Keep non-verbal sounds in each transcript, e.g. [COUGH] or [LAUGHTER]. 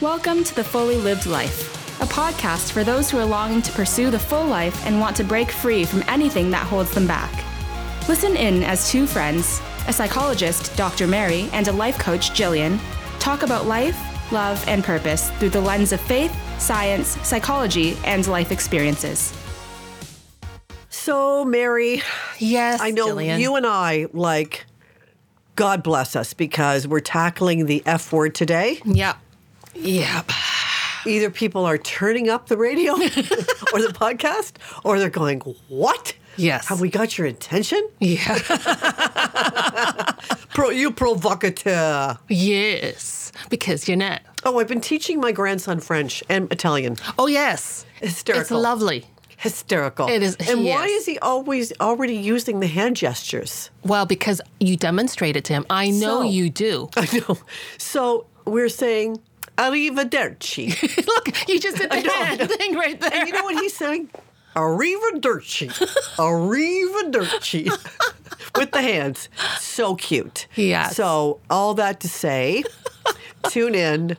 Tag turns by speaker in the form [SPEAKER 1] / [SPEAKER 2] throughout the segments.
[SPEAKER 1] Welcome to The Fully Lived Life, a podcast for those who are longing to pursue the full life and want to break free from anything that holds them back. Listen in as two friends, a psychologist, Dr. Mary, and a life coach, Jillian, talk about life, love, and purpose through the lens of faith, science, psychology, and life experiences.
[SPEAKER 2] So, Mary,
[SPEAKER 3] Yes,
[SPEAKER 2] I know
[SPEAKER 3] Jillian.
[SPEAKER 2] you and I, like, God bless us because we're tackling the F word today.
[SPEAKER 3] Yep. Yep.
[SPEAKER 2] Either people are turning up the radio [LAUGHS] or the podcast, or they're going, What?
[SPEAKER 3] Yes.
[SPEAKER 2] Have we got your attention?
[SPEAKER 3] Yeah.
[SPEAKER 2] Pro, you provocateur.
[SPEAKER 3] [LAUGHS] yes. Because you know.
[SPEAKER 2] Oh, I've been teaching my grandson French and Italian.
[SPEAKER 3] Oh yes.
[SPEAKER 2] Hysterical.
[SPEAKER 3] It's lovely.
[SPEAKER 2] Hysterical.
[SPEAKER 3] It is-
[SPEAKER 2] And why
[SPEAKER 3] yes.
[SPEAKER 2] is he always already using the hand gestures? [LAUGHS]
[SPEAKER 3] Well, because you demonstrate it to him. I know
[SPEAKER 2] So-
[SPEAKER 3] you do. [LAUGHS]
[SPEAKER 2] I know. So we're saying, Arrivederci.
[SPEAKER 3] Look, you just did the
[SPEAKER 2] I know.
[SPEAKER 3] hand [LAUGHS] thing right there.
[SPEAKER 2] And you know what he's saying?
[SPEAKER 3] [LAUGHS]
[SPEAKER 2] Arrivederci. Arrivederci. With the hands. So cute.
[SPEAKER 3] Yes.
[SPEAKER 2] So, all that to
[SPEAKER 3] [LAUGHS]
[SPEAKER 2] say, tune in.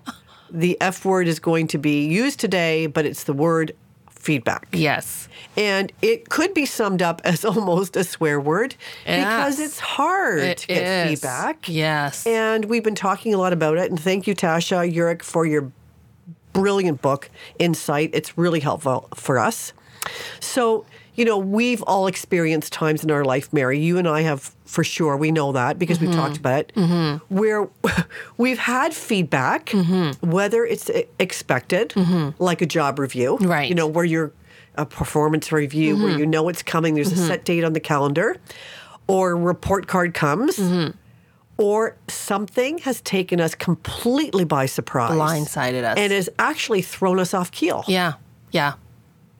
[SPEAKER 2] The F word is going to be used today, but it's the word feedback.
[SPEAKER 3] yes.
[SPEAKER 2] And it could be summed up as [LAUGHS] almost a swear word because
[SPEAKER 3] Yes.
[SPEAKER 2] it's hard
[SPEAKER 3] It
[SPEAKER 2] to get
[SPEAKER 3] is.
[SPEAKER 2] feedback.
[SPEAKER 3] Yes.
[SPEAKER 2] And we've been talking a lot about it. And thank you, Tasha Yurick, for your brilliant book, Insight. It's really helpful for us. So, you know, we've all experienced times in our life, Mary. You and I have for sure. We know that because we've
[SPEAKER 3] Mm-hmm.
[SPEAKER 2] talked about it. Where [LAUGHS] we've had feedback,
[SPEAKER 3] Mm-hmm.
[SPEAKER 2] whether it's e- expected, like a job review,
[SPEAKER 3] Right. Mm-hmm.
[SPEAKER 2] You know, where you're a performance review, where you know it's coming, there's a set date on the calendar, or report card comes
[SPEAKER 3] Mm-hmm.
[SPEAKER 2] or something has taken us completely by surprise,
[SPEAKER 3] Blindsided us.
[SPEAKER 2] and has actually thrown us off keel.
[SPEAKER 3] yeah. Yeah.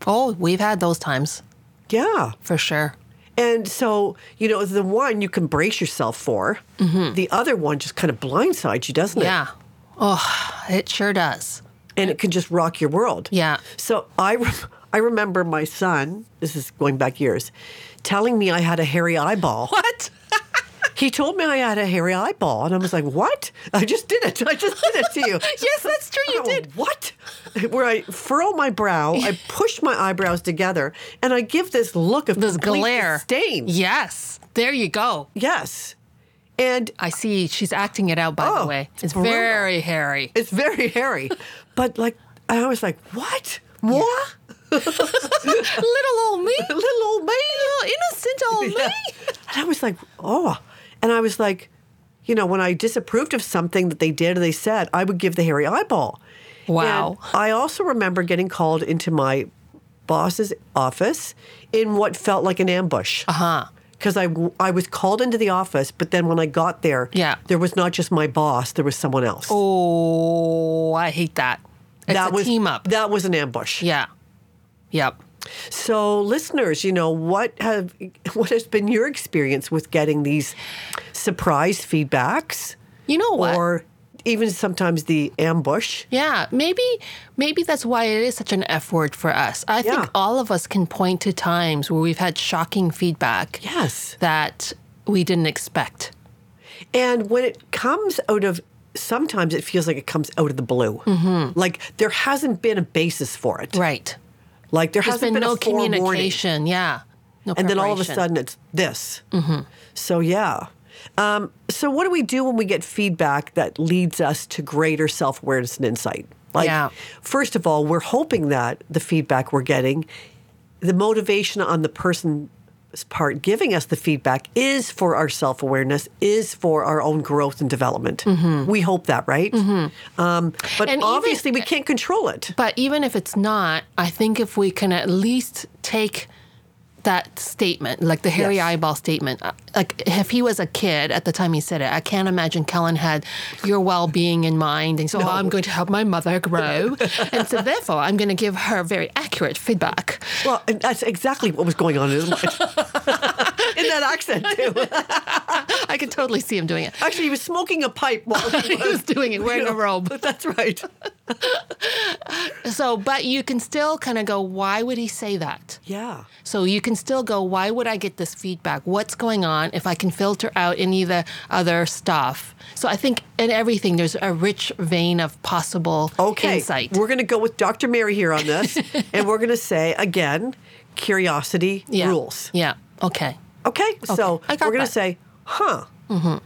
[SPEAKER 3] Oh, we've had those times
[SPEAKER 2] Yeah.
[SPEAKER 3] for sure.
[SPEAKER 2] And so, you know, the one you can brace yourself for, the other one just kind of blindsides you, doesn't
[SPEAKER 3] Mm-hmm. Yeah.
[SPEAKER 2] it?
[SPEAKER 3] Oh, it sure does.
[SPEAKER 2] And it can just rock your world.
[SPEAKER 3] Yeah.
[SPEAKER 2] So I, rem [LAUGHS] I remember my son, this is going back years, telling me I had a hairy eyeball.
[SPEAKER 3] What?
[SPEAKER 2] He told me I had a hairy eyeball, and I was like, "What? I just did it! I just did it to you!"
[SPEAKER 3] [LAUGHS] Yes, that's true, you
[SPEAKER 2] I went, [LAUGHS]
[SPEAKER 3] did.
[SPEAKER 2] What? Where I furrow my brow,
[SPEAKER 3] [LAUGHS]
[SPEAKER 2] I push my eyebrows together, and I give this look of [LAUGHS]
[SPEAKER 3] This
[SPEAKER 2] complete
[SPEAKER 3] glare.
[SPEAKER 2] disdain.
[SPEAKER 3] Yes. There you go.
[SPEAKER 2] Yes, and
[SPEAKER 3] I see she's acting it out, by
[SPEAKER 2] Oh,
[SPEAKER 3] the way. It's
[SPEAKER 2] brutal.
[SPEAKER 3] very
[SPEAKER 2] [LAUGHS]
[SPEAKER 3] hairy.
[SPEAKER 2] it's very
[SPEAKER 3] [LAUGHS]
[SPEAKER 2] hairy, but like I was like, "What? Moi?
[SPEAKER 3] Little old me.
[SPEAKER 2] [LAUGHS] Little old me?"
[SPEAKER 3] Little innocent old
[SPEAKER 2] Yeah. And I was like, oh. And I was like, you know, when I disapproved of something that they did or they said, I would give the hairy eyeball.
[SPEAKER 3] Wow.
[SPEAKER 2] And I also remember getting called into my boss's office in what felt like an ambush. Uh
[SPEAKER 3] Uh-huh.
[SPEAKER 2] huh. Because I, w- I was called into the office, but then when I got there,
[SPEAKER 3] Yeah.
[SPEAKER 2] there was not just my boss, there was someone else.
[SPEAKER 3] Oh, I hate that. It's
[SPEAKER 2] that
[SPEAKER 3] a
[SPEAKER 2] was
[SPEAKER 3] team up.
[SPEAKER 2] That was an ambush.
[SPEAKER 3] yeah. Yep.
[SPEAKER 2] So, listeners, you know what have [LAUGHS] what has been your experience with getting these surprise feedbacks?
[SPEAKER 3] You know what?
[SPEAKER 2] or even sometimes the ambush.
[SPEAKER 3] yeah, maybe maybe that's why it is such an F word for us. I
[SPEAKER 2] Yeah.
[SPEAKER 3] think all of us can point to times where we've had shocking feedback
[SPEAKER 2] Yes.
[SPEAKER 3] that we didn't expect.
[SPEAKER 2] And when it comes out of, sometimes it feels like it comes out of the blue. Like there hasn't been a basis for it.
[SPEAKER 3] Mm-hmm. Right.
[SPEAKER 2] Like there
[SPEAKER 3] There's
[SPEAKER 2] hasn't
[SPEAKER 3] been,
[SPEAKER 2] been,
[SPEAKER 3] no
[SPEAKER 2] a forewarning.
[SPEAKER 3] communication. Yeah. No
[SPEAKER 2] And then all of a
[SPEAKER 3] preparation. Mm-hmm.
[SPEAKER 2] sudden it's this. So, yeah. Um, so, what do we do when we get feedback that leads us to greater self awareness and insight? Like,
[SPEAKER 3] Yeah.
[SPEAKER 2] first of all, we're hoping that the feedback we're getting, the motivation on the person's part giving us the feedback is for our self awareness, is for our own growth and development. We hope that, right? Um, but
[SPEAKER 3] Mm-hmm. And even-
[SPEAKER 2] obviously, we can't control it.
[SPEAKER 3] But even if it's not, I think if we can at least take that statement, like the hairy
[SPEAKER 2] Yes.
[SPEAKER 3] eyeball statement, uh, like if he was a kid at the time he said it, I can't imagine Kellen had your well being in mind. And so "Oh, I'm going to help my mother grow. and so therefore, I'm going to give her very accurate feedback.
[SPEAKER 2] Well, and that's exactly what was going on in his mind. [LAUGHS] in that accent too.
[SPEAKER 3] I could totally see him doing it. [LAUGHS]
[SPEAKER 2] Actually, he was smoking a pipe while
[SPEAKER 3] he was doing it
[SPEAKER 2] [LAUGHS]
[SPEAKER 3] wearing a robe.
[SPEAKER 2] That's right.
[SPEAKER 3] So, but you can still kind of go, why would he say that?
[SPEAKER 2] Yeah.
[SPEAKER 3] So you can still go, why would I get this feedback? What's going on if I can filter out any of the other stuff? So I think in everything, there's a rich vein of possible
[SPEAKER 2] Okay.
[SPEAKER 3] insight.
[SPEAKER 2] We're going to go with Dr. Mary here on
[SPEAKER 3] [LAUGHS]
[SPEAKER 2] this, and we're going to say again, curiosity
[SPEAKER 3] yeah.
[SPEAKER 2] rules.
[SPEAKER 3] Yeah. Okay.
[SPEAKER 2] Okay. So
[SPEAKER 3] I
[SPEAKER 2] we're going
[SPEAKER 3] got
[SPEAKER 2] to
[SPEAKER 3] that. Mm-hmm.
[SPEAKER 2] say, huh?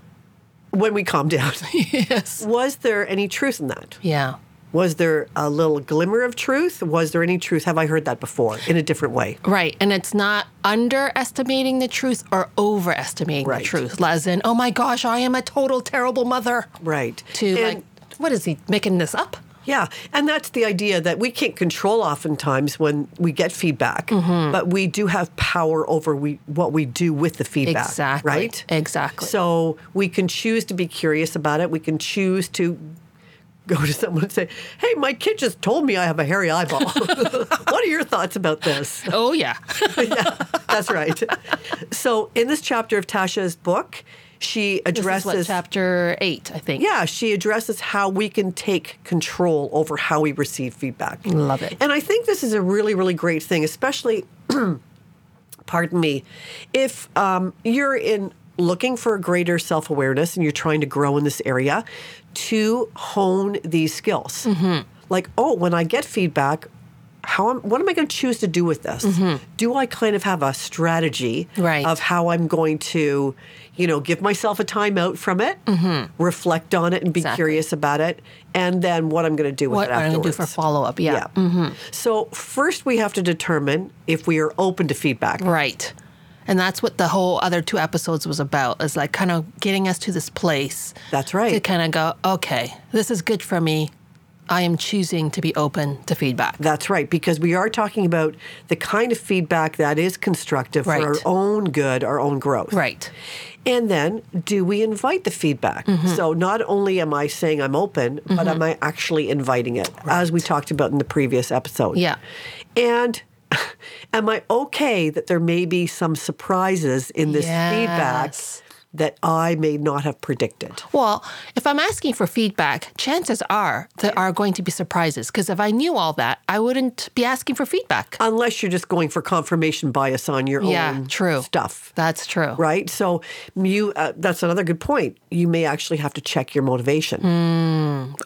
[SPEAKER 2] When we calm down,
[SPEAKER 3] [LAUGHS] yes.
[SPEAKER 2] was there any truth in that?
[SPEAKER 3] Yeah.
[SPEAKER 2] Was there a little glimmer of truth? Was there any truth? Have I heard that before in a different way?
[SPEAKER 3] Right. And it's not underestimating the truth or overestimating
[SPEAKER 2] Right.
[SPEAKER 3] the truth. As in, oh my gosh, I am a total terrible mother.
[SPEAKER 2] Right.
[SPEAKER 3] To
[SPEAKER 2] And-
[SPEAKER 3] like, what is he making this
[SPEAKER 2] [LAUGHS]
[SPEAKER 3] up?
[SPEAKER 2] Yeah, and that's the idea that we can't control oftentimes when we get feedback,
[SPEAKER 3] Mm-hmm.
[SPEAKER 2] but we do have power over we what we do with the feedback.
[SPEAKER 3] Exactly.
[SPEAKER 2] Right?
[SPEAKER 3] Exactly.
[SPEAKER 2] So we can choose to be curious about it. We can choose to go to someone and say, Hey, my kid just told me I have a hairy
[SPEAKER 3] [LAUGHS]
[SPEAKER 2] eyeball. [LAUGHS] what are your thoughts about this? [LAUGHS]
[SPEAKER 3] Oh, yeah. [LAUGHS]
[SPEAKER 2] yeah, that's right. So in this chapter of Tasha's book, she
[SPEAKER 3] this is
[SPEAKER 2] addresses
[SPEAKER 3] what, chapter eight, I think.
[SPEAKER 2] yeah, she addresses how we can take control over how we receive feedback.
[SPEAKER 3] Love it.
[SPEAKER 2] And I think this is a really, really great thing, especially, [CLEARS THROAT] pardon me, if um, you're in looking for greater self awareness and you're trying to grow in this area to hone these skills.
[SPEAKER 3] Mm-hmm.
[SPEAKER 2] Like, oh, when I get feedback, how am, what am I going to choose to do with this? Do I kind of have a strategy
[SPEAKER 3] Mm-hmm. Right.
[SPEAKER 2] of how I'm going to, you know, give myself a timeout from it, reflect on it, and be
[SPEAKER 3] Mm-hmm. Exactly.
[SPEAKER 2] curious about it, and then what I'm going to do with
[SPEAKER 3] What
[SPEAKER 2] it
[SPEAKER 3] are you going to do
[SPEAKER 2] afterwards.
[SPEAKER 3] for follow up? Yeah. Mm-hmm.
[SPEAKER 2] Yeah. So first, we have to determine if we are open to feedback.
[SPEAKER 3] Right. And that's what the whole other two episodes was about, is like kind of getting us to this place.
[SPEAKER 2] That's
[SPEAKER 3] To
[SPEAKER 2] right.
[SPEAKER 3] kind of go, okay, this is good for me. I am choosing to be open to feedback.
[SPEAKER 2] That's right, because we are talking about the kind of feedback that is constructive
[SPEAKER 3] Right.
[SPEAKER 2] for our own good, our own growth.
[SPEAKER 3] Right. Mm-hmm.
[SPEAKER 2] And then, do we invite the feedback? So, not only am I saying I'm open, but am I actually inviting it, as we talked about in the previous episode?
[SPEAKER 3] Yeah.
[SPEAKER 2] And [LAUGHS] am I okay that there may be some surprises in this
[SPEAKER 3] Yes.
[SPEAKER 2] feedback that I may not have predicted?
[SPEAKER 3] Well, if I'm asking for feedback, chances are there are going to be surprises. Because if I knew all that, I wouldn't be asking for feedback.
[SPEAKER 2] Unless you're just going for confirmation bias on your
[SPEAKER 3] Yeah,
[SPEAKER 2] own
[SPEAKER 3] true.
[SPEAKER 2] stuff.
[SPEAKER 3] That's true.
[SPEAKER 2] right? So you uh, that's another good point. You may actually have to check your motivation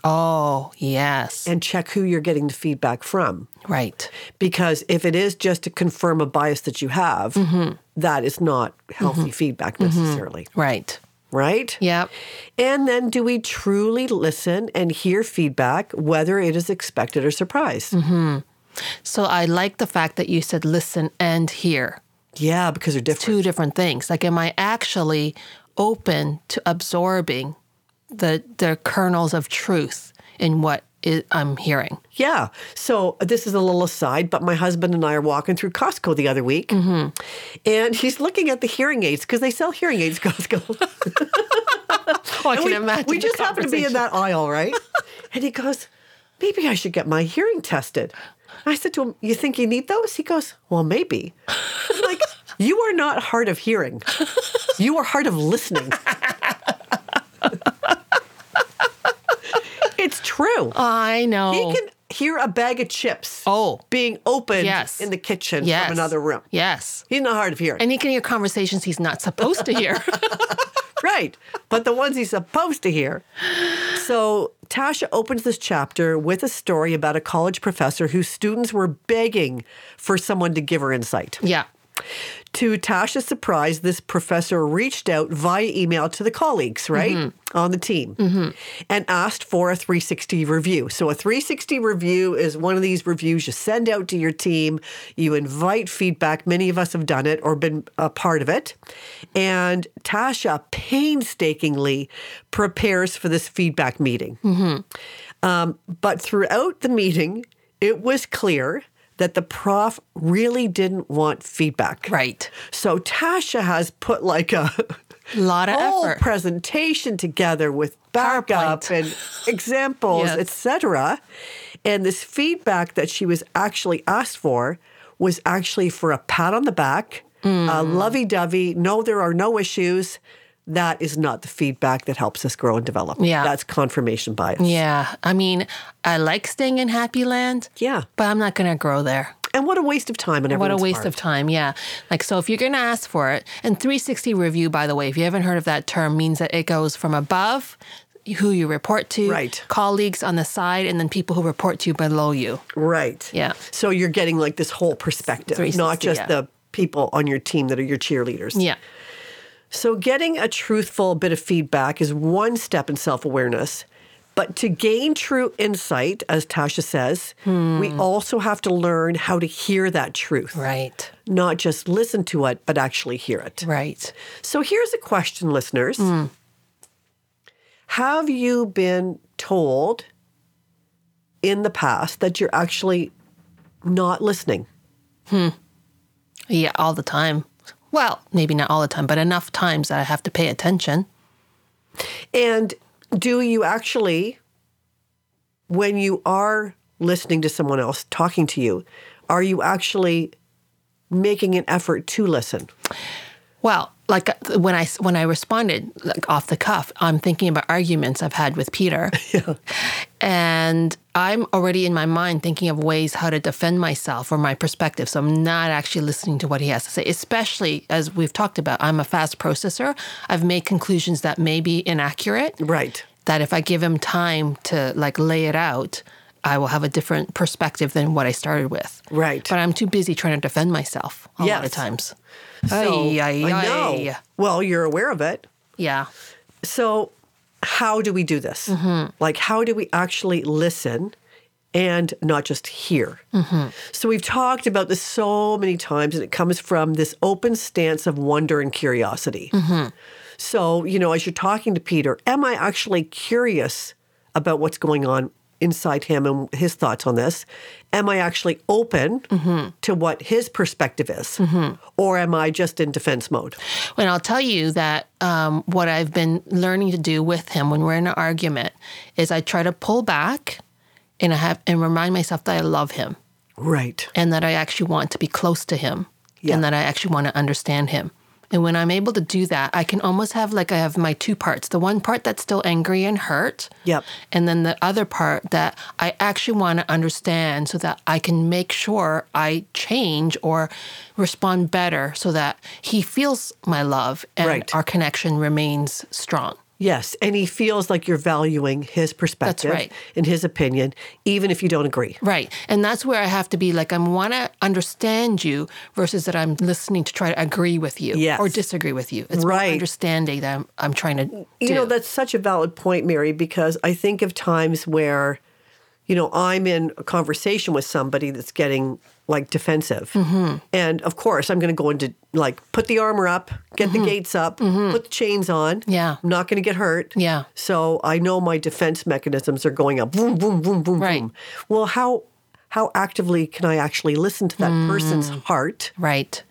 [SPEAKER 3] Oh, yes.
[SPEAKER 2] and check who you're getting the feedback from
[SPEAKER 3] Right.
[SPEAKER 2] because if it is just to confirm a bias that you have, that is not healthy feedback necessarily,
[SPEAKER 3] Right.
[SPEAKER 2] right?
[SPEAKER 3] Yep.
[SPEAKER 2] And then do we truly listen and hear feedback whether it is expected or surprised?
[SPEAKER 3] So I like the fact that you said listen and hear.
[SPEAKER 2] Yeah, because they're different.
[SPEAKER 3] two different things. Like, am I actually open to absorbing the the kernels of truth in what i I'm hearing?
[SPEAKER 2] Yeah. So uh, this is a little aside, but my husband and I are walking through Costco the other week,
[SPEAKER 3] Mm-hmm.
[SPEAKER 2] and he's looking at the hearing aids because they sell hearing aids [LAUGHS] at Costco.
[SPEAKER 3] Oh, I
[SPEAKER 2] And
[SPEAKER 3] can
[SPEAKER 2] we,
[SPEAKER 3] imagine.
[SPEAKER 2] we
[SPEAKER 3] the
[SPEAKER 2] just happen to be in
[SPEAKER 3] conversation.
[SPEAKER 2] that aisle,
[SPEAKER 3] [LAUGHS]
[SPEAKER 2] right? and he goes, "Maybe I should get my hearing tested." I said to him, "You think you need those?" He goes, "Well, maybe." I'm
[SPEAKER 3] [LAUGHS]
[SPEAKER 2] like, "You are not hard of hearing. You are hard of
[SPEAKER 3] [LAUGHS]
[SPEAKER 2] listening." it's true.
[SPEAKER 3] I know.
[SPEAKER 2] He can hear a bag of chips.
[SPEAKER 3] Oh.
[SPEAKER 2] being opened
[SPEAKER 3] Yes.
[SPEAKER 2] in the kitchen
[SPEAKER 3] yes.
[SPEAKER 2] from another room.
[SPEAKER 3] Yes.
[SPEAKER 2] He's not hard of hearing,
[SPEAKER 3] And he can hear conversations he's not supposed to hear.
[SPEAKER 2] [LAUGHS] right? But the ones he's supposed to hear. So Tasha opens this chapter with a story about a college professor whose students were begging for someone to give her insight.
[SPEAKER 3] yeah.
[SPEAKER 2] To Tasha's surprise, this professor reached out via email to the colleagues, right, on the team, and asked for a 360 review. So, a 360 review is one of these reviews you send out to your team, you invite feedback. Many of us have done it or been a part of it. And Tasha painstakingly prepares for this feedback meeting. Um, but throughout the meeting, it was clear that the prof really didn't want feedback.
[SPEAKER 3] Right.
[SPEAKER 2] So Tasha has put like a
[SPEAKER 3] A lot of
[SPEAKER 2] whole
[SPEAKER 3] effort.
[SPEAKER 2] presentation together with backup
[SPEAKER 3] PowerPoint.
[SPEAKER 2] and examples,
[SPEAKER 3] Yes.
[SPEAKER 2] etc. And this feedback that she was actually asked for was actually for a pat on the back, uh,
[SPEAKER 3] Mm.
[SPEAKER 2] lovey dovey, no, there are no issues. That is not the feedback that helps us grow and develop.
[SPEAKER 3] Yeah.
[SPEAKER 2] That's confirmation bias.
[SPEAKER 3] Yeah. I mean, I like staying in Happy Land.
[SPEAKER 2] Yeah.
[SPEAKER 3] But I'm not going to grow there.
[SPEAKER 2] And what a waste of time and
[SPEAKER 3] What
[SPEAKER 2] everyone's
[SPEAKER 3] a waste of time. Yeah. Like, so if you're going to ask for it, and 360 review, by the way, if you haven't heard of that term, means that it goes from above, who you report to,
[SPEAKER 2] Right.
[SPEAKER 3] colleagues on the side, and then people who report to you below you.
[SPEAKER 2] Right.
[SPEAKER 3] Yeah.
[SPEAKER 2] So you're getting like this whole perspective,
[SPEAKER 3] 360,
[SPEAKER 2] not just
[SPEAKER 3] yeah.
[SPEAKER 2] the people on your team that are your cheerleaders.
[SPEAKER 3] Yeah.
[SPEAKER 2] So getting a truthful bit of feedback is one step in self awareness. But to gain true insight, as Tasha says, we also have to learn how to hear that truth,
[SPEAKER 3] Hmm. Right.
[SPEAKER 2] not just listen to it, but actually hear it.
[SPEAKER 3] Right.
[SPEAKER 2] So here's a question, listeners
[SPEAKER 3] Hmm.
[SPEAKER 2] Have you been told in the past that you're actually not listening?
[SPEAKER 3] Yeah. All the time. Well, maybe not all the time, but enough times that I have to pay attention.
[SPEAKER 2] And do you actually, when you are listening to someone else talking to you, are you actually making an effort to listen?
[SPEAKER 3] Well, like uh, when I when I responded like off the cuff, I'm thinking about arguments I've had
[SPEAKER 2] [LAUGHS]
[SPEAKER 3] with Peter, and I'm already in my mind thinking of ways how to defend myself or my perspective. So I'm not actually listening to what he has to say. Especially as we've talked about, I'm a fast processor. I've made conclusions that may be inaccurate.
[SPEAKER 2] Right.
[SPEAKER 3] That if I give him time to like lay it out, I will have a different perspective than what I started with.
[SPEAKER 2] Right.
[SPEAKER 3] But I'm too busy trying to defend myself a lot
[SPEAKER 2] Yes.
[SPEAKER 3] of times.
[SPEAKER 2] So,
[SPEAKER 3] Ay,
[SPEAKER 2] I
[SPEAKER 3] ay, ay.
[SPEAKER 2] know. Well, you're aware of it.
[SPEAKER 3] Yeah.
[SPEAKER 2] So, how do we do this? Like, how do we actually listen and not just hear? So, we've talked about this so many times, and it comes from this open stance of wonder and curiosity. So, you know, as you're talking to Peter, am I actually curious about what's going on inside him and his thoughts on this? Am I actually open to what his perspective is? Or am I just in defense mode?
[SPEAKER 3] And I'll tell you that um, what I've been learning to do with him when we're in an argument is I try to pull back and I have and remind myself that I love him
[SPEAKER 2] Right.
[SPEAKER 3] and that I actually want to be close to him
[SPEAKER 2] Yeah.
[SPEAKER 3] and that I actually want to understand him. And when I'm able to do that, I can almost have like I have my two parts the one part that's still angry and hurt.
[SPEAKER 2] Yep.
[SPEAKER 3] And then the other part that I actually want to understand so that I can make sure I change or respond better so that he feels my love and
[SPEAKER 2] Right.
[SPEAKER 3] our connection remains strong.
[SPEAKER 2] Yes, and he feels like you're valuing his perspective
[SPEAKER 3] right.
[SPEAKER 2] and his opinion, even if you don't agree.
[SPEAKER 3] Right. And that's where I have to be like, I want to understand you versus that I'm listening to try to agree with you
[SPEAKER 2] Yes.
[SPEAKER 3] or disagree with you. It's
[SPEAKER 2] Right.
[SPEAKER 3] more understanding that I'm, I'm trying to
[SPEAKER 2] You
[SPEAKER 3] do.
[SPEAKER 2] know, that's such a valid point, Mary, because I think of times where, you know, I'm in a conversation with somebody that's getting like defensive.
[SPEAKER 3] Mm-hmm.
[SPEAKER 2] And of course, I'm going to go into like put the armor up, get the gates up, put the chains on.
[SPEAKER 3] Mm-hmm. Yeah.
[SPEAKER 2] I'm not going to get hurt.
[SPEAKER 3] Yeah.
[SPEAKER 2] So I know my defense mechanisms are going up. Boom, boom, boom, boom,
[SPEAKER 3] Right.
[SPEAKER 2] boom. Well, how how actively can I actually listen to that person's
[SPEAKER 3] Mm.
[SPEAKER 2] heart?
[SPEAKER 3] right.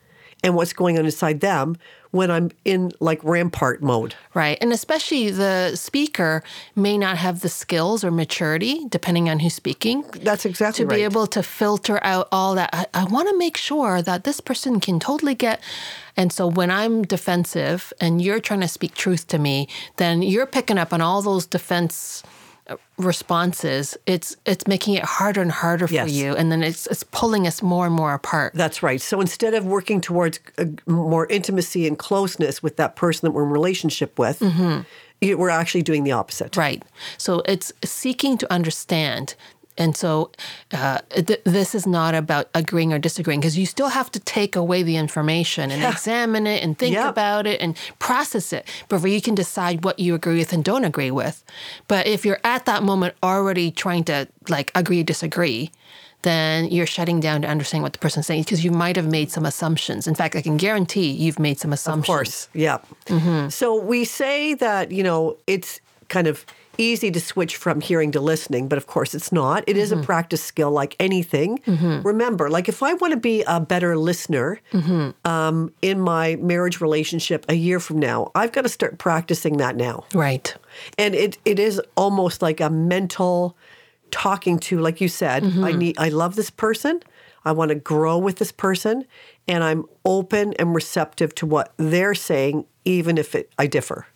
[SPEAKER 2] and what's going on inside them when I'm in like rampart mode.
[SPEAKER 3] Right. And especially the speaker may not have the skills or maturity, depending on who's speaking,
[SPEAKER 2] That's exactly
[SPEAKER 3] to be able to filter out all that. I, I want to make sure that this person can totally get. And so when I'm defensive and you're trying to speak truth to me, then you're picking up on all those defense uh, responses it's it's making it harder and harder
[SPEAKER 2] Yes.
[SPEAKER 3] for you and then it's it's pulling us more and more apart
[SPEAKER 2] That's right. So instead of working towards uh more intimacy and closeness with that person that we're in relationship with, you- we're actually doing the opposite.
[SPEAKER 3] Right. So it's seeking to understand. And so uh, th- this is not about agreeing or disagreeing because you still have to take away the information and examine it and think
[SPEAKER 2] Yep.
[SPEAKER 3] about it and process it before you can decide what you agree with and don't agree with. But if you're at that moment already trying to like agree or disagree, then you're shutting down to understand what the person's saying because you might have made some assumptions. In fact, I can guarantee you've made some
[SPEAKER 2] Of
[SPEAKER 3] assumptions.
[SPEAKER 2] course. Yeah. So we say that, you know, it's kind of easy to switch from hearing to listening, but of course it's not. It is a practice skill like anything. Remember, like if I want to be a better listener um, in my marriage relationship a year from now, I've got to start practicing that now
[SPEAKER 3] Right.
[SPEAKER 2] and it it is almost like a mental talking to like you said i need i love this person i want to grow with this person and I'm open and receptive to what they're saying, even if it, I differ.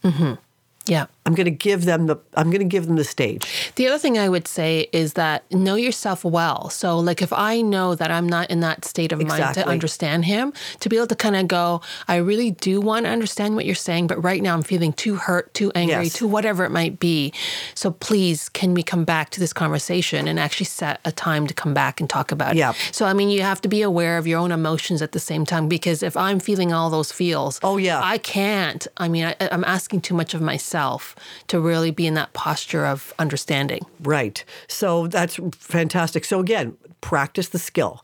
[SPEAKER 3] Yeah.
[SPEAKER 2] I'm going to give them the I'm going to give them the stage.
[SPEAKER 3] The other thing I would say is that know yourself well. So, like, if I know that I'm not in that state of mind
[SPEAKER 2] Exactly.
[SPEAKER 3] to understand him, to be able to kind of go, I really do want to understand what you're saying, but right now I'm feeling too hurt, too angry,
[SPEAKER 2] Yes.
[SPEAKER 3] too whatever it might be. So, please, can we come back to this conversation and actually set a time to come back and talk about
[SPEAKER 2] Yeah.
[SPEAKER 3] it? So, I mean, you have to be aware of your own emotions at the same time because if I'm feeling all those feels,
[SPEAKER 2] Oh, yeah.
[SPEAKER 3] I can't. I mean, I, I'm asking too much of myself to really be in that posture of understanding.
[SPEAKER 2] Right. So that's fantastic. So again, practice the skill.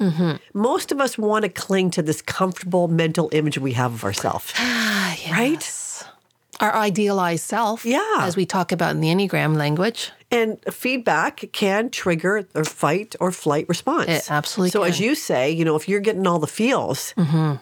[SPEAKER 2] Most of us want to cling to this comfortable mental image we have of ourselves. Ah, Right?
[SPEAKER 3] Our idealized self.
[SPEAKER 2] Yeah.
[SPEAKER 3] As we talk about in the Enneagram language.
[SPEAKER 2] And feedback can trigger or fight or flight response.
[SPEAKER 3] It absolutely
[SPEAKER 2] So as
[SPEAKER 3] can. Mm-hmm.
[SPEAKER 2] you say, you know, if you're getting all the feels,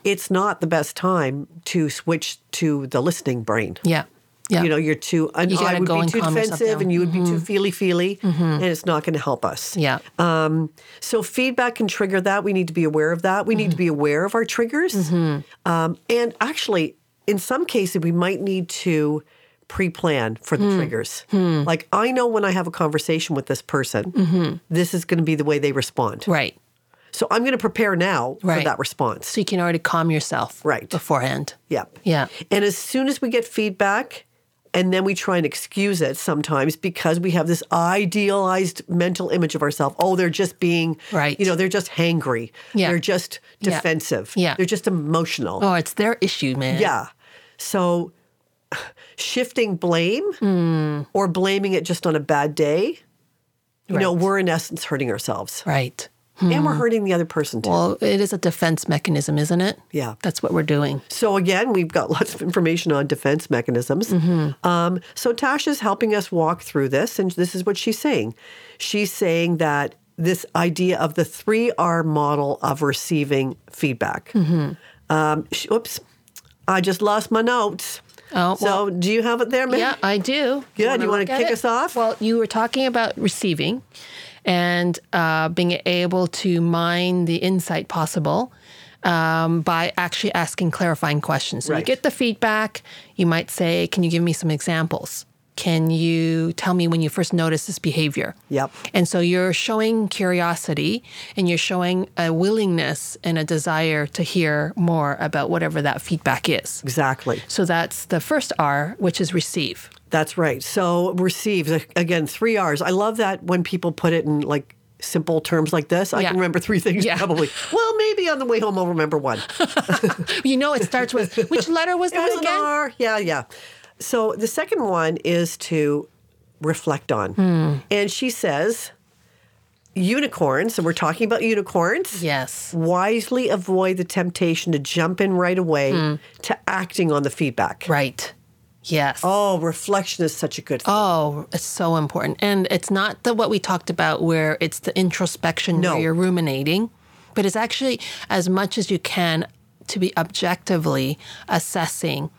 [SPEAKER 2] it's not the best time to switch to the listening brain.
[SPEAKER 3] Yeah. Yeah.
[SPEAKER 2] You know, you're too. And
[SPEAKER 3] You
[SPEAKER 2] I
[SPEAKER 3] gotta
[SPEAKER 2] would
[SPEAKER 3] go
[SPEAKER 2] be
[SPEAKER 3] and
[SPEAKER 2] too
[SPEAKER 3] calm yourself
[SPEAKER 2] defensive,
[SPEAKER 3] down. Mm-hmm.
[SPEAKER 2] and you would be too feely feely, and it's not going to help us.
[SPEAKER 3] yeah.
[SPEAKER 2] Um, so feedback can trigger that. We need to be aware of that. We need
[SPEAKER 3] Mm-hmm.
[SPEAKER 2] to be aware of our triggers. Um, and actually, in some cases, we might need to pre-plan for
[SPEAKER 3] Hmm.
[SPEAKER 2] the triggers. Like I know when I have a conversation with this person,
[SPEAKER 3] Mm-hmm.
[SPEAKER 2] this is going to be the way they respond.
[SPEAKER 3] right.
[SPEAKER 2] So I'm going to prepare now for
[SPEAKER 3] Right.
[SPEAKER 2] that response.
[SPEAKER 3] So you can already calm yourself.
[SPEAKER 2] Right.
[SPEAKER 3] Beforehand.
[SPEAKER 2] Yep.
[SPEAKER 3] Yeah.
[SPEAKER 2] And as soon as we get feedback, and then we try and excuse it sometimes because we have this idealized mental image of ourselves. Oh, they're just being,
[SPEAKER 3] Right.
[SPEAKER 2] you know, they're just hangry.
[SPEAKER 3] Yeah.
[SPEAKER 2] They're just
[SPEAKER 3] Yeah.
[SPEAKER 2] defensive.
[SPEAKER 3] Yeah.
[SPEAKER 2] They're just emotional.
[SPEAKER 3] Oh, it's their issue, man.
[SPEAKER 2] Yeah. So shifting blame
[SPEAKER 3] Hmm.
[SPEAKER 2] or blaming it just on a bad day, you know,
[SPEAKER 3] Right.
[SPEAKER 2] we're in essence hurting ourselves
[SPEAKER 3] Right.
[SPEAKER 2] and we're hurting the other person too.
[SPEAKER 3] Well, it is a defense mechanism, isn't it?
[SPEAKER 2] Yeah.
[SPEAKER 3] That's what we're doing.
[SPEAKER 2] So again, we've got [LAUGHS] lots of information on defense mechanisms.
[SPEAKER 3] Mm-hmm.
[SPEAKER 2] Um, so Tasha's helping us walk through this, and this is what she's saying. She's saying that this idea of the three R model of receiving feedback.
[SPEAKER 3] Mm-hmm.
[SPEAKER 2] Um, sh- oops, I just lost my notes.
[SPEAKER 3] Oh,
[SPEAKER 2] so do you have it there, ma'am?
[SPEAKER 3] Yeah, I do.
[SPEAKER 2] Yeah, do you wanna
[SPEAKER 3] look at
[SPEAKER 2] kick
[SPEAKER 3] it?
[SPEAKER 2] us off?
[SPEAKER 3] Well, you were talking about receiving and uh, being able to mine the insight possible um, by actually asking clarifying questions. So
[SPEAKER 2] Right.
[SPEAKER 3] you get the feedback, you might say, Can you give me some examples? Can you tell me when you first noticed this behavior?
[SPEAKER 2] Yep.
[SPEAKER 3] And so you're showing curiosity and you're showing a willingness and a desire to hear more about whatever that feedback is.
[SPEAKER 2] Exactly.
[SPEAKER 3] So that's the first R, which is receive.
[SPEAKER 2] That's right. So receives again three R's. I love that when people put it in like simple terms like this. I
[SPEAKER 3] Yeah.
[SPEAKER 2] can remember three things
[SPEAKER 3] Yeah. [LAUGHS]
[SPEAKER 2] probably. Well, maybe on the way home I'll remember one.
[SPEAKER 3] You know, it starts with which letter was
[SPEAKER 2] [LAUGHS] It
[SPEAKER 3] that
[SPEAKER 2] was an
[SPEAKER 3] again?
[SPEAKER 2] R. Yeah, yeah. So the second one is to reflect on,
[SPEAKER 3] Hmm.
[SPEAKER 2] and she says unicorns. So we're talking about unicorns.
[SPEAKER 3] Yes.
[SPEAKER 2] Wisely avoid the temptation to jump in right away
[SPEAKER 3] Hmm.
[SPEAKER 2] to acting on the feedback.
[SPEAKER 3] Right. Yes. Oh.
[SPEAKER 2] Oh, reflection is such a good thing.
[SPEAKER 3] it's so important. And it's not the what we talked about where it's the introspection
[SPEAKER 2] No.
[SPEAKER 3] where you're ruminating, but it's actually as much as you can to be objectively assessing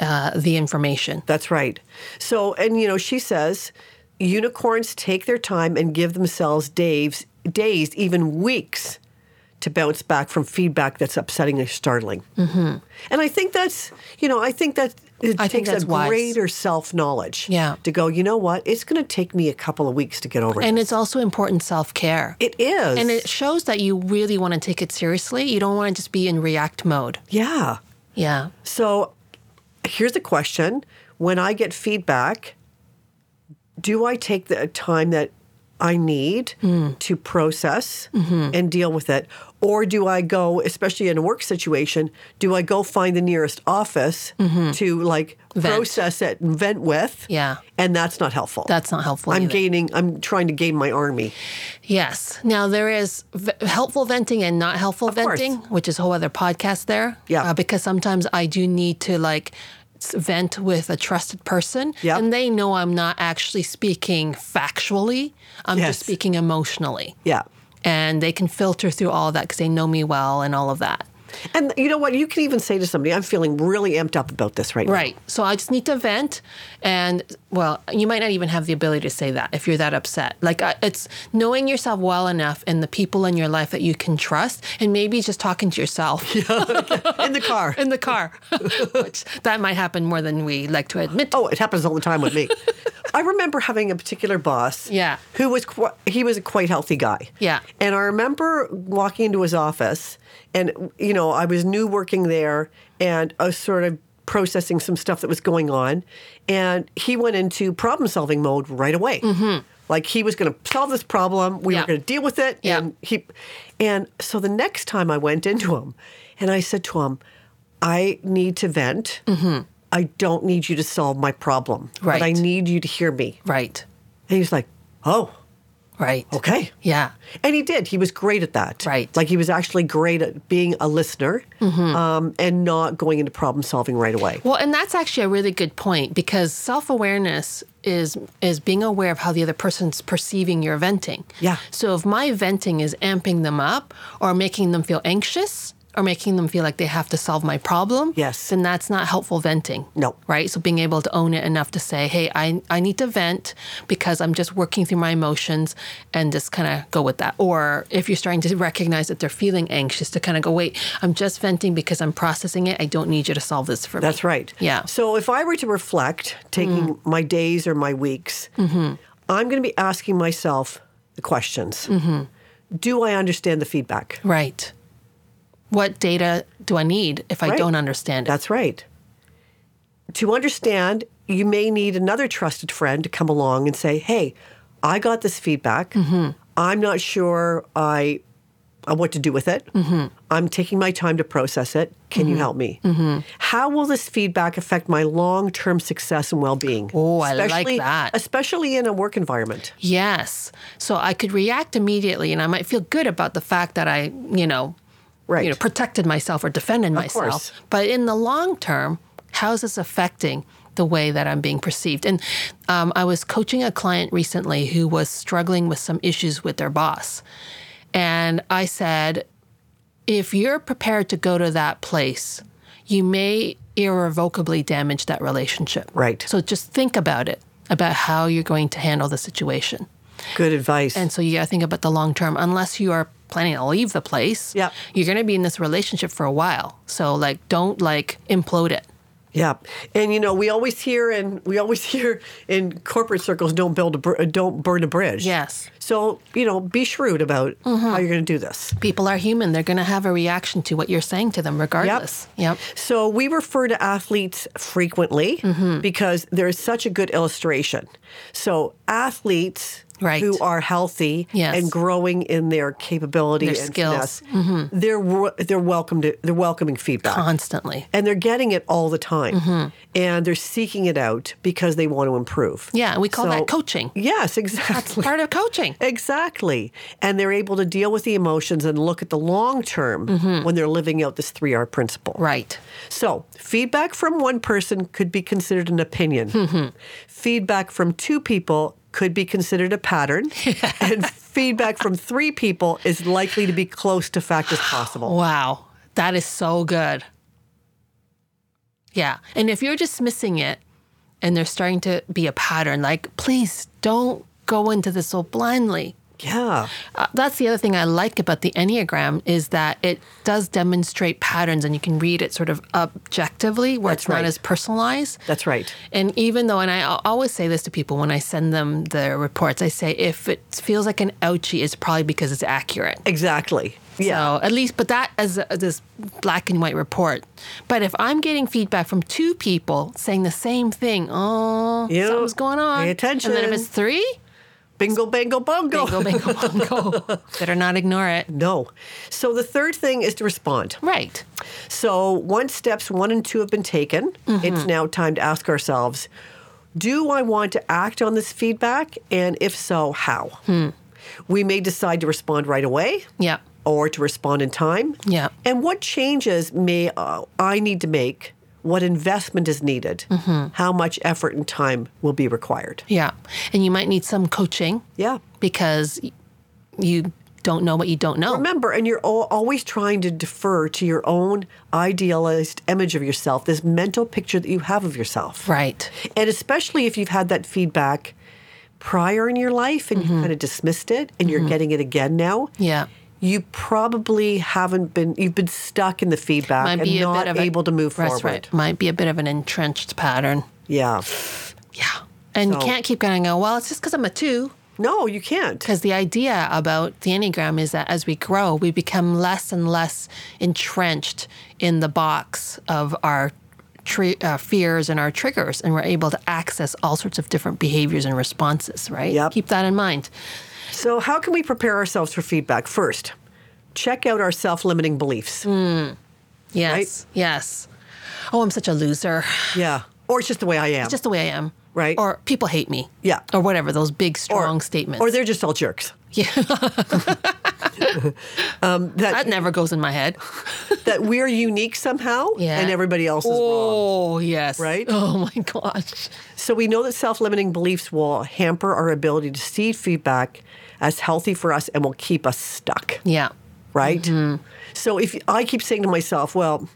[SPEAKER 3] uh, the information.
[SPEAKER 2] That's right. So, and you know, she says unicorns take their time and give themselves days, days, even weeks to bounce back from feedback that's upsetting or startling. Mm-hmm. And I think that's, you know, I think that it
[SPEAKER 3] I think
[SPEAKER 2] takes
[SPEAKER 3] that's
[SPEAKER 2] a
[SPEAKER 3] wise.
[SPEAKER 2] greater self knowledge
[SPEAKER 3] Yeah.
[SPEAKER 2] to go, you know what, it's going to take me a couple of weeks to get over
[SPEAKER 3] And
[SPEAKER 2] it.
[SPEAKER 3] it's also important self care.
[SPEAKER 2] It is.
[SPEAKER 3] And it shows that you really want to take it seriously. You don't want to just be in react mode.
[SPEAKER 2] yeah.
[SPEAKER 3] Yeah.
[SPEAKER 2] So here's a question. When I get feedback, do I take the time that I need
[SPEAKER 3] Hmm.
[SPEAKER 2] to process
[SPEAKER 3] Mm-hmm.
[SPEAKER 2] and deal with it? Or do I go, especially in a work situation, do I go find the nearest office to like
[SPEAKER 3] Mm-hmm. Vent.
[SPEAKER 2] process it and vent with?
[SPEAKER 3] Yeah.
[SPEAKER 2] And that's not helpful.
[SPEAKER 3] That's not helpful.
[SPEAKER 2] I'm
[SPEAKER 3] either.
[SPEAKER 2] gaining, I'm trying to gain my army.
[SPEAKER 3] Yes. Now there is v- helpful venting and not helpful
[SPEAKER 2] course.
[SPEAKER 3] venting, which is a whole other podcast there.
[SPEAKER 2] Yeah.
[SPEAKER 3] Uh, because sometimes I do need to like s- vent with a trusted person,
[SPEAKER 2] Yep.
[SPEAKER 3] and they know I'm not actually speaking factually. I'm
[SPEAKER 2] Yes.
[SPEAKER 3] just speaking emotionally,
[SPEAKER 2] Yeah.
[SPEAKER 3] and they can filter through all that because they know me well and all of that.
[SPEAKER 2] And you know what? You can even say to somebody, I'm feeling really amped up about this right,
[SPEAKER 3] Right. So I just need to vent, and well, you might not even have the ability to say that if you're that upset. Like uh, it's knowing yourself well enough and the people in your life that you can trust, and maybe just talking to yourself
[SPEAKER 2] now. [LAUGHS] In the car.
[SPEAKER 3] [LAUGHS] in the car, [LAUGHS] which that might happen more than we like to admit.
[SPEAKER 2] Oh, it happens all the time
[SPEAKER 3] [LAUGHS]
[SPEAKER 2] with me. I remember having a particular boss.
[SPEAKER 3] Yeah.
[SPEAKER 2] Who was qu- he was a quite healthy guy.
[SPEAKER 3] Yeah.
[SPEAKER 2] And I remember walking into his office, and you know I was new working there, and I was sort of processing some stuff that was going on, and he went into problem solving mode right away. Like he was going to solve this problem, we
[SPEAKER 3] Mm-hmm. Yeah.
[SPEAKER 2] were going to deal with it,
[SPEAKER 3] Yeah.
[SPEAKER 2] and he, and so the next time I went into him, and I said to him, "I need to vent. I don't need you to solve my problem,
[SPEAKER 3] Mm-hmm. Right.
[SPEAKER 2] but I need you to hear me."
[SPEAKER 3] Right.
[SPEAKER 2] And he's like, "Oh,
[SPEAKER 3] Right.
[SPEAKER 2] okay."
[SPEAKER 3] Yeah.
[SPEAKER 2] And he did. He was great at that.
[SPEAKER 3] Right. Mm-hmm.
[SPEAKER 2] Like he was actually great at being a listener um, and not going into problem solving right away.
[SPEAKER 3] Well, and that's actually a really good point because self-awareness is is being aware of how the other person's perceiving your venting.
[SPEAKER 2] Yeah.
[SPEAKER 3] So if my venting is amping them up or making them feel anxious or making them feel like they have to solve my problem,
[SPEAKER 2] Yes.
[SPEAKER 3] then that's not helpful venting.
[SPEAKER 2] No.
[SPEAKER 3] Right? So being able to own it enough to say, "Hey, I I need to vent because I'm just working through my emotions and just kind of go with that." Or if you're starting to recognize that they're feeling anxious, to kind of go, "Wait, I'm just venting because I'm processing it. I don't need you to solve this for me."
[SPEAKER 2] That's right.
[SPEAKER 3] Yeah.
[SPEAKER 2] So if I were to reflect, taking my days or my weeks, I'm going to be asking myself the questions. Do I understand the feedback?
[SPEAKER 3] Right. What data do I need if I
[SPEAKER 2] Right.
[SPEAKER 3] don't understand it?
[SPEAKER 2] That's right. To understand, you may need another trusted friend to come along and say, "Hey, I got this feedback.
[SPEAKER 3] Mm-hmm.
[SPEAKER 2] I'm not sure I, uh, what to do with it.
[SPEAKER 3] Mm-hmm.
[SPEAKER 2] I'm taking my time to process it. Can you help me?
[SPEAKER 3] Mm-hmm.
[SPEAKER 2] How will this feedback affect my long-term success and well-being?
[SPEAKER 3] Oh, I like
[SPEAKER 2] Especially-
[SPEAKER 3] that.
[SPEAKER 2] Especially in a work environment.
[SPEAKER 3] yes. So I could react immediately and I might feel good about the fact that I, you know,
[SPEAKER 2] Right.
[SPEAKER 3] you know, protected myself or defended myself.
[SPEAKER 2] course.
[SPEAKER 3] But in the long term, how is this affecting the way that I'm being perceived? And um, I was coaching a client recently who was struggling with some issues with their boss. And I said, if you're prepared to go to that place, you may irrevocably damage that relationship.
[SPEAKER 2] Right.
[SPEAKER 3] So just think about it, about how you're going to handle the situation.
[SPEAKER 2] Good advice.
[SPEAKER 3] And so you got to think about the long term. Unless you are planning to leave the place,
[SPEAKER 2] Yep.
[SPEAKER 3] you're going to be in this relationship for a while. So like, don't like implode it.
[SPEAKER 2] Yeah, and you know we always hear and we always [LAUGHS] hear in corporate circles don't build a br- uh, don't burn a bridge.
[SPEAKER 3] Yes. Mm-hmm.
[SPEAKER 2] So you know be shrewd about how you're going to do this.
[SPEAKER 3] People are human. They're going to have a reaction to what you're saying to them, regardless. Yep.
[SPEAKER 2] So we refer to athletes frequently
[SPEAKER 3] Mm-hmm.
[SPEAKER 2] because there is such a good illustration. So athletes
[SPEAKER 3] Right.
[SPEAKER 2] who are healthy
[SPEAKER 3] Yes.
[SPEAKER 2] and growing in their capability
[SPEAKER 3] Their
[SPEAKER 2] and
[SPEAKER 3] skills. Mm-hmm.
[SPEAKER 2] finesse, they're wo- they're welcome to they're welcoming feedback.
[SPEAKER 3] Constantly.
[SPEAKER 2] and they're getting it all the time
[SPEAKER 3] Mm-hmm.
[SPEAKER 2] and they're seeking it out because they want to improve
[SPEAKER 3] Yeah, we call that coaching.
[SPEAKER 2] yes exactly
[SPEAKER 3] Part of coaching.
[SPEAKER 2] [LAUGHS] exactly and they're able to deal with the emotions and look at the long term
[SPEAKER 3] Mm-hmm.
[SPEAKER 2] when they're living out this 3r principle
[SPEAKER 3] Right.
[SPEAKER 2] so feedback from one person could be considered an opinion
[SPEAKER 3] Mm-hmm.
[SPEAKER 2] feedback from two people could be considered a pattern
[SPEAKER 3] [LAUGHS]
[SPEAKER 2] and feedback from three people is likely to be close to fact as possible
[SPEAKER 3] Wow, that is so good. Yeah. And if you're dismissing it and there's starting to be a pattern, like, please don't go into this so blindly.
[SPEAKER 2] yeah
[SPEAKER 3] Uh, that's the other thing I like about the Enneagram is that it does demonstrate patterns and you can read it sort of objectively where
[SPEAKER 2] That's
[SPEAKER 3] it's not
[SPEAKER 2] right.
[SPEAKER 3] as personalized.
[SPEAKER 2] that's right
[SPEAKER 3] And even though, and I al- always say this to people when I send them the reports, I say, if it feels like an ouchie, it's probably because it's accurate.
[SPEAKER 2] exactly yeah
[SPEAKER 3] So at least, but that as a, this black and white report. But if I'm getting feedback from two people saying the same thing, oh,
[SPEAKER 2] Yeah,
[SPEAKER 3] something's going on.
[SPEAKER 2] pay
[SPEAKER 3] And then if
[SPEAKER 2] attention.
[SPEAKER 3] it's three,
[SPEAKER 2] Bingo, bango, bongo.
[SPEAKER 3] bingo,
[SPEAKER 2] [LAUGHS]
[SPEAKER 3] bingo, bongo. Better not ignore it.
[SPEAKER 2] No. So the third thing is to respond.
[SPEAKER 3] Right.
[SPEAKER 2] So once steps one and two have been taken, it's now time to ask ourselves do I want to act on this feedback? And if so, how? We may decide to respond right away.
[SPEAKER 3] Yeah.
[SPEAKER 2] Or to respond in time.
[SPEAKER 3] Yeah.
[SPEAKER 2] And what changes may uh, I need to make? What investment is needed? How much effort and time will be required?
[SPEAKER 3] Yeah. And you might need some coaching
[SPEAKER 2] Yeah.
[SPEAKER 3] because you don't know what you don't know.
[SPEAKER 2] Remember, and you're al- always trying to defer to your own idealized image of yourself, this mental picture that you have of yourself.
[SPEAKER 3] Right.
[SPEAKER 2] And especially if you've had that feedback prior in your life and you kind of dismissed it and you're getting it again now.
[SPEAKER 3] Mm-hmm. Yeah.
[SPEAKER 2] You probably haven't been, you've been stuck in the feedback
[SPEAKER 3] Might
[SPEAKER 2] and
[SPEAKER 3] be a
[SPEAKER 2] not
[SPEAKER 3] bit of a-
[SPEAKER 2] able to move
[SPEAKER 3] That's
[SPEAKER 2] forward.
[SPEAKER 3] Right. Might be a bit of an entrenched pattern.
[SPEAKER 2] Yeah.
[SPEAKER 3] Yeah. And you
[SPEAKER 2] So-
[SPEAKER 3] can't keep going, oh, well, it's just because I'm a two.
[SPEAKER 2] No, you can't.
[SPEAKER 3] Because the idea about the Enneagram is that as we grow, we become less and less entrenched in the box of our tri- uh, fears and our triggers, and we're able to access all sorts of different behaviors and responses, right?
[SPEAKER 2] Yep.
[SPEAKER 3] Keep that in mind.
[SPEAKER 2] So, how can we prepare ourselves for feedback? First, check out our self limiting beliefs.
[SPEAKER 3] Mm. Yes. Yes. Oh, I'm such a loser.
[SPEAKER 2] Yeah. Or it's just the way I am.
[SPEAKER 3] Just the way I am.
[SPEAKER 2] Right.
[SPEAKER 3] Or people hate me.
[SPEAKER 2] Yeah.
[SPEAKER 3] Or whatever, those big,
[SPEAKER 2] or,
[SPEAKER 3] strong statements.
[SPEAKER 2] Or they're just all jerks. [LAUGHS] Um,
[SPEAKER 3] that never goes in my
[SPEAKER 2] [LAUGHS]
[SPEAKER 3] head.
[SPEAKER 2] That we're unique somehow
[SPEAKER 3] Yeah.
[SPEAKER 2] and everybody else is wrong.
[SPEAKER 3] Oh, yes.
[SPEAKER 2] Right?
[SPEAKER 3] [LAUGHS] Oh, my gosh.
[SPEAKER 2] So we know that self limiting beliefs will hamper our ability to see feedback as healthy for us and will keep us stuck.
[SPEAKER 3] Yeah.
[SPEAKER 2] Right? So if I keep saying to myself, well,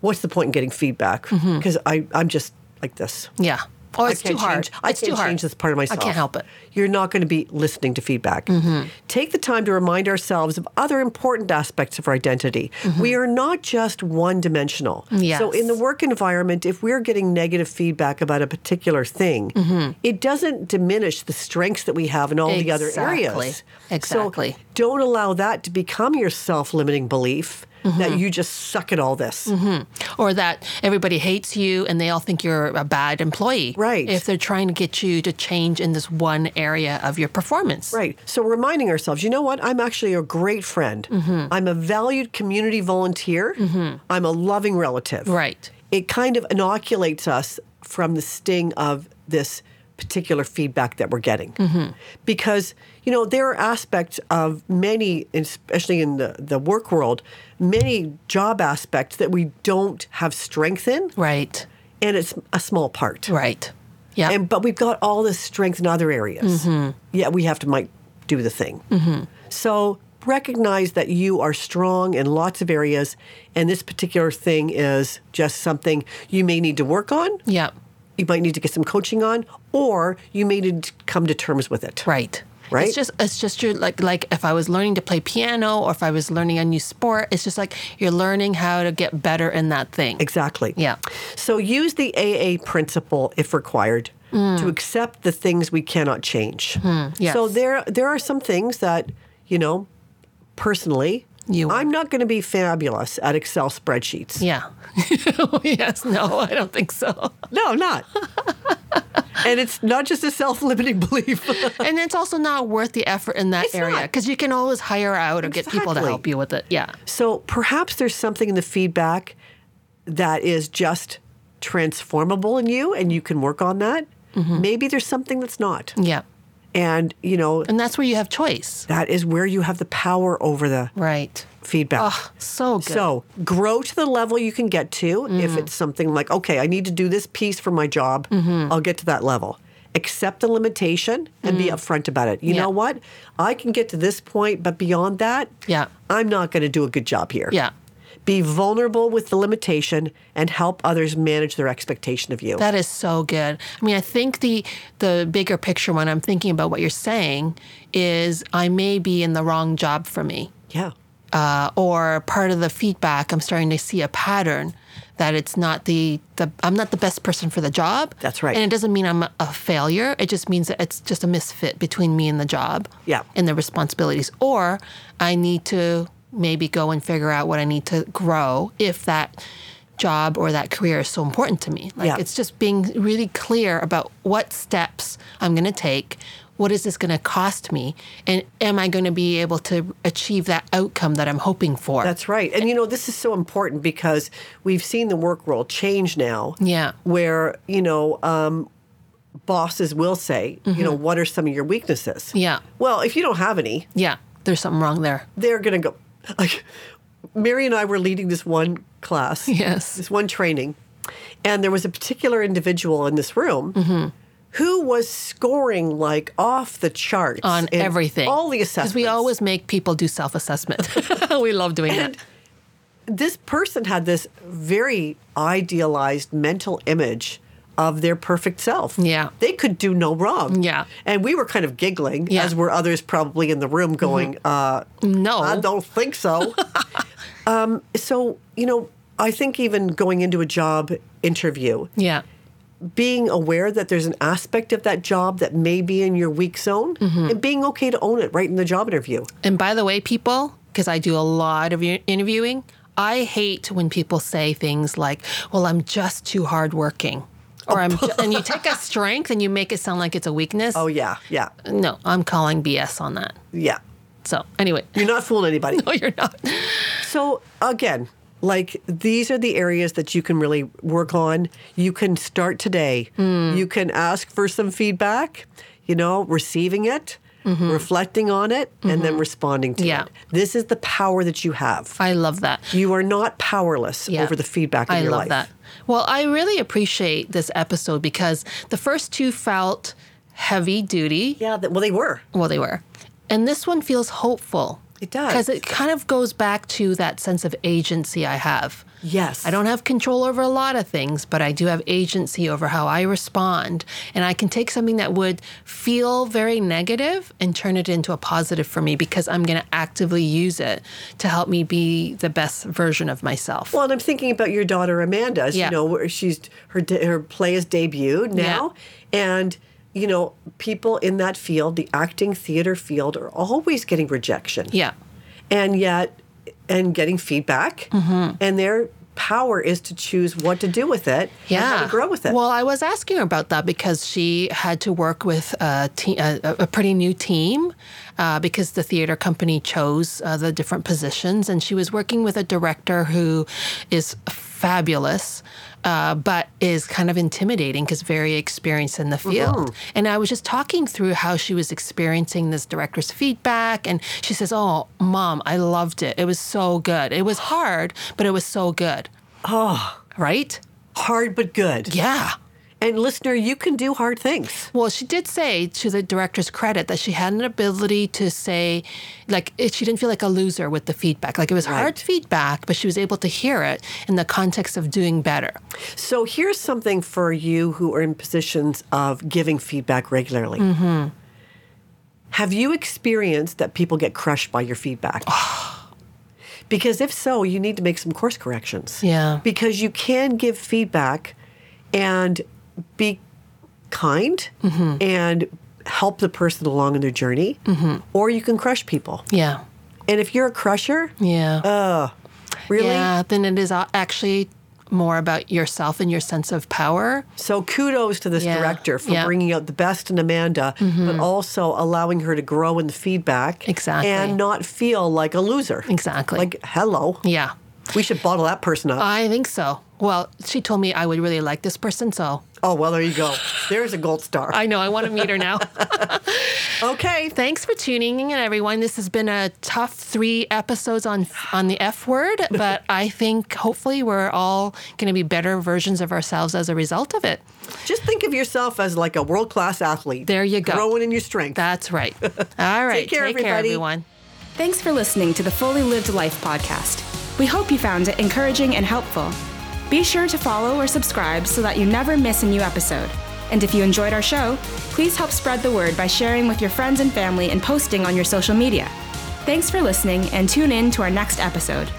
[SPEAKER 2] what's the point in getting feedback? Because I'm just like this.
[SPEAKER 3] Yeah. Oh,
[SPEAKER 2] I
[SPEAKER 3] it's too
[SPEAKER 2] can't
[SPEAKER 3] hard.
[SPEAKER 2] Change, I
[SPEAKER 3] it's
[SPEAKER 2] can't
[SPEAKER 3] too hard.
[SPEAKER 2] change this part of myself.
[SPEAKER 3] I can't help it. Mm-hmm.
[SPEAKER 2] You're not going to be listening to feedback. Take the time to remind ourselves of other important aspects of our identity. We are not just one dimensional. So, in the
[SPEAKER 3] Mm-hmm. Yes.
[SPEAKER 2] work environment, if we're getting negative feedback about a particular thing,
[SPEAKER 3] Mm-hmm.
[SPEAKER 2] it doesn't diminish the strengths that we have in all the other
[SPEAKER 3] Exactly.
[SPEAKER 2] areas.
[SPEAKER 3] Exactly.
[SPEAKER 2] So don't allow that to become your self limiting belief
[SPEAKER 3] Mm-hmm.
[SPEAKER 2] that you just suck at all this.
[SPEAKER 3] Or that everybody hates you and they all think you're a bad employee.
[SPEAKER 2] Right.
[SPEAKER 3] If they're trying to get you to change in this one area of your performance.
[SPEAKER 2] Right. So reminding ourselves, you know what? I'm actually a great friend. I'm a valued community volunteer. I'm a loving relative.
[SPEAKER 3] Right.
[SPEAKER 2] It kind of inoculates us from the sting of this particular feedback that we're getting. Because, you know, there are aspects of many, especially in the, the work world, many job aspects that we don't have strength in,
[SPEAKER 3] Right.
[SPEAKER 2] and it's a small part.
[SPEAKER 3] Right. Yeah.
[SPEAKER 2] And but we've got all this strength in other areas. Yeah, we have to might do the thing. So recognize that you are strong in lots of areas, and this particular thing is just something you may need to work on.
[SPEAKER 3] yeah.
[SPEAKER 2] You might need to get some coaching on, or you may need to come to terms with it.
[SPEAKER 3] Right.
[SPEAKER 2] Right?
[SPEAKER 3] It's just it's just your like like if I was learning to play piano or if I was learning a new sport, it's just like you're learning how to get better in that thing.
[SPEAKER 2] Exactly.
[SPEAKER 3] Yeah.
[SPEAKER 2] So use the AA principle if required to accept the things we cannot change. So
[SPEAKER 3] Mm. Hmm. yes.
[SPEAKER 2] there there are some things that, you know, personally,
[SPEAKER 3] You-
[SPEAKER 2] I'm not going to be fabulous at Excel spreadsheets.
[SPEAKER 3] Yeah. [LAUGHS] yes. No, I don't think so.
[SPEAKER 2] [LAUGHS] No, I'm
[SPEAKER 3] [LAUGHS]
[SPEAKER 2] not. and it's not just a self-limiting belief. [LAUGHS]
[SPEAKER 3] and it's also not worth the effort in that
[SPEAKER 2] It's
[SPEAKER 3] area
[SPEAKER 2] not.
[SPEAKER 3] because you can always hire out or get people to
[SPEAKER 2] Exactly.
[SPEAKER 3] help you with it. Yeah.
[SPEAKER 2] so perhaps there's something in the feedback that is just transformable in you and you can work on that. Maybe there's something that's not.
[SPEAKER 3] Mm-hmm. Yeah.
[SPEAKER 2] And, you know,
[SPEAKER 3] And that's where you have choice.
[SPEAKER 2] that is where you have the power over the
[SPEAKER 3] Right.
[SPEAKER 2] feedback.
[SPEAKER 3] Oh, so good. Mm.
[SPEAKER 2] So grow to the level you can get to. If it's something like, okay, I need to do this piece for my job,
[SPEAKER 3] Mm-hmm.
[SPEAKER 2] I'll get to that level. Accept the limitation and be upfront about it. You
[SPEAKER 3] Mm. Yeah.
[SPEAKER 2] know what? I can get to this point, but beyond that,
[SPEAKER 3] Yeah.
[SPEAKER 2] I'm not going to do a good job here.
[SPEAKER 3] Yeah.
[SPEAKER 2] Be vulnerable with the limitation and help others manage their expectation of you.
[SPEAKER 3] That is so good. I mean, I think the the bigger picture when I'm thinking about what you're saying is I may be in the wrong job for me.
[SPEAKER 2] yeah.
[SPEAKER 3] uh, or part of the feedback, I'm starting to see a pattern that it's not the, the I'm not the best person for the job.
[SPEAKER 2] That's right.
[SPEAKER 3] And it doesn't mean I'm a failure. It just means that it's just a misfit between me and the job.
[SPEAKER 2] Yeah.
[SPEAKER 3] And the responsibilities. Or I need to maybe go and figure out what I need to grow if that job or that career is so important to me. Like
[SPEAKER 2] Yeah.
[SPEAKER 3] it's just being really clear about what steps I'm going to take. What is this going to cost me? And am I going to be able to achieve that outcome that I'm hoping for?
[SPEAKER 2] That's right. And you know, this is so important because we've seen the work world change now.
[SPEAKER 3] Yeah.
[SPEAKER 2] Where, you know, um, bosses will say, you know, what are some of your weaknesses?
[SPEAKER 3] Mm-hmm. Yeah.
[SPEAKER 2] Well, if you don't have any,
[SPEAKER 3] yeah, there's something wrong there.
[SPEAKER 2] they're going to go. Like, Mary and I were leading this one class,
[SPEAKER 3] Yes. Mm-hmm.
[SPEAKER 2] this one training, and there was a particular individual in this room who was scoring like off the charts
[SPEAKER 3] on
[SPEAKER 2] in
[SPEAKER 3] everything.
[SPEAKER 2] all the
[SPEAKER 3] Because
[SPEAKER 2] assessments.
[SPEAKER 3] we always make people do self assessment. [LAUGHS] we love doing that.
[SPEAKER 2] this person had this very idealized mental image of their perfect self.
[SPEAKER 3] Yeah.
[SPEAKER 2] They could do no wrong.
[SPEAKER 3] Yeah.
[SPEAKER 2] And we were kind of giggling,
[SPEAKER 3] Yeah. Mm-hmm.
[SPEAKER 2] as were others probably in the room going, uh,
[SPEAKER 3] No.
[SPEAKER 2] I don't think
[SPEAKER 3] [LAUGHS]
[SPEAKER 2] so. um, so, you know, I think even going into a job interview,
[SPEAKER 3] Yeah.
[SPEAKER 2] being aware that there's an aspect of that job that may be in your weak zone
[SPEAKER 3] Mm-hmm.
[SPEAKER 2] and being okay to own it right in the job interview.
[SPEAKER 3] And by the way, people, because I do a lot of i- interviewing, I hate when people say things like, well, I'm just too hardworking.
[SPEAKER 2] Oh.
[SPEAKER 3] Or I'm, ju-
[SPEAKER 2] [LAUGHS]
[SPEAKER 3] and you take a strength and you make it sound like it's a weakness.
[SPEAKER 2] Oh, yeah, yeah,
[SPEAKER 3] No, I'm calling BS on that.
[SPEAKER 2] yeah.
[SPEAKER 3] So anyway, [LAUGHS]
[SPEAKER 2] You're not fooling anybody.
[SPEAKER 3] no, you're not.
[SPEAKER 2] So again, like these are the areas that you can really work on. You can start today.
[SPEAKER 3] Hmm.
[SPEAKER 2] You can ask for some feedback, you know, receiving it, reflecting on it, and then responding to
[SPEAKER 3] Mm-hmm. Yeah.
[SPEAKER 2] it. This is the power that you have.
[SPEAKER 3] I love that.
[SPEAKER 2] You are not powerless
[SPEAKER 3] Yeah.
[SPEAKER 2] over the feedback in
[SPEAKER 3] I
[SPEAKER 2] your
[SPEAKER 3] love
[SPEAKER 2] life.
[SPEAKER 3] that. Well, I really appreciate this episode because the first two felt heavy duty.
[SPEAKER 2] Yeah, that, well, they were.
[SPEAKER 3] Well, they were. And this one feels hopeful.
[SPEAKER 2] It does.
[SPEAKER 3] Because it kind of goes back to that sense of agency I have.
[SPEAKER 2] Yes.
[SPEAKER 3] I don't have control over a lot of things, but I do have agency over how I respond. And I can take something that would feel very negative and turn it into a positive for me because I'm going to actively use it to help me be the best version of myself.
[SPEAKER 2] Well, and I'm thinking about your daughter Amanda. As
[SPEAKER 3] Yeah.
[SPEAKER 2] You know, where she's her de- her play is debuted now, and you know, people in that field, the acting theater field, are always getting rejection.
[SPEAKER 3] yeah.
[SPEAKER 2] and yet, and getting feedback,
[SPEAKER 3] Mm-hmm.
[SPEAKER 2] and their power is to choose what to do with it. and
[SPEAKER 3] Yeah.
[SPEAKER 2] how to grow with it.
[SPEAKER 3] Well, I was asking her about that because she had to work with a, te- a, a pretty new team uh, because the theater company chose uh, the different positions. And she was working with a director who is fabulous. Uh, but is kind of intimidating because very experienced in the
[SPEAKER 2] Mm-hmm.
[SPEAKER 3] field. And I was just talking through how she was experiencing this director's feedback. And she says, Oh, mom, I loved it. It was so good. It was hard, but it was so good. Oh. Right?
[SPEAKER 2] hard but good.
[SPEAKER 3] Yeah.
[SPEAKER 2] And listener, you can do hard things.
[SPEAKER 3] Well, she did say to the director's credit that she had an ability to say, like, it, she didn't feel like a loser with the feedback. Like, it was hard
[SPEAKER 2] Right.
[SPEAKER 3] feedback, but she was able to hear it in the context of doing better.
[SPEAKER 2] So here's something for you who are in positions of giving feedback regularly.
[SPEAKER 3] Mm-hmm.
[SPEAKER 2] Have you experienced that people get crushed by your feedback?
[SPEAKER 3] [SIGHS]
[SPEAKER 2] because if so, you need to make some course corrections.
[SPEAKER 3] Yeah.
[SPEAKER 2] Because you can give feedback and be kind
[SPEAKER 3] Mm-hmm.
[SPEAKER 2] and help the person along in their journey,
[SPEAKER 3] Mm-hmm.
[SPEAKER 2] or you can crush people.
[SPEAKER 3] Yeah.
[SPEAKER 2] And if you're a crusher,
[SPEAKER 3] Yeah.
[SPEAKER 2] really?
[SPEAKER 3] Yeah. Then it is a- actually more about yourself and your sense of power.
[SPEAKER 2] So kudos to this
[SPEAKER 3] Yeah,
[SPEAKER 2] director for
[SPEAKER 3] yeah. Mm-hmm.
[SPEAKER 2] bringing out the best in Amanda, but also allowing her to grow in the feedback
[SPEAKER 3] Exactly.
[SPEAKER 2] and not feel like a loser.
[SPEAKER 3] Exactly. Uh,
[SPEAKER 2] Like, hello.
[SPEAKER 3] Yeah.
[SPEAKER 2] We should bottle that person up.
[SPEAKER 3] I think so. Well, she told me I would really like this person, so
[SPEAKER 2] oh, well, there you go. There's a gold star.
[SPEAKER 3] I know I want to meet her [LAUGHS] now.
[SPEAKER 2] okay.
[SPEAKER 3] Thanks for tuning in, everyone. This has been a tough three episodes on on the F
[SPEAKER 2] [LAUGHS]
[SPEAKER 3] word, but I think hopefully we're all going to be better versions of ourselves as a result of it.
[SPEAKER 2] Just think of yourself as like a world class athlete.
[SPEAKER 3] There you go.
[SPEAKER 2] Growing in your strength. [LAUGHS]
[SPEAKER 3] That's right. All right.
[SPEAKER 2] care, everybody.
[SPEAKER 3] everyone.
[SPEAKER 1] Thanks for listening to the Fully Lived Life podcast. We hope you found it encouraging and helpful. Be sure to follow or subscribe so that you never miss a new episode. And if you enjoyed our show, please help spread the word by sharing with your friends and family and posting on your social media. Thanks for listening and tune in to our next episode.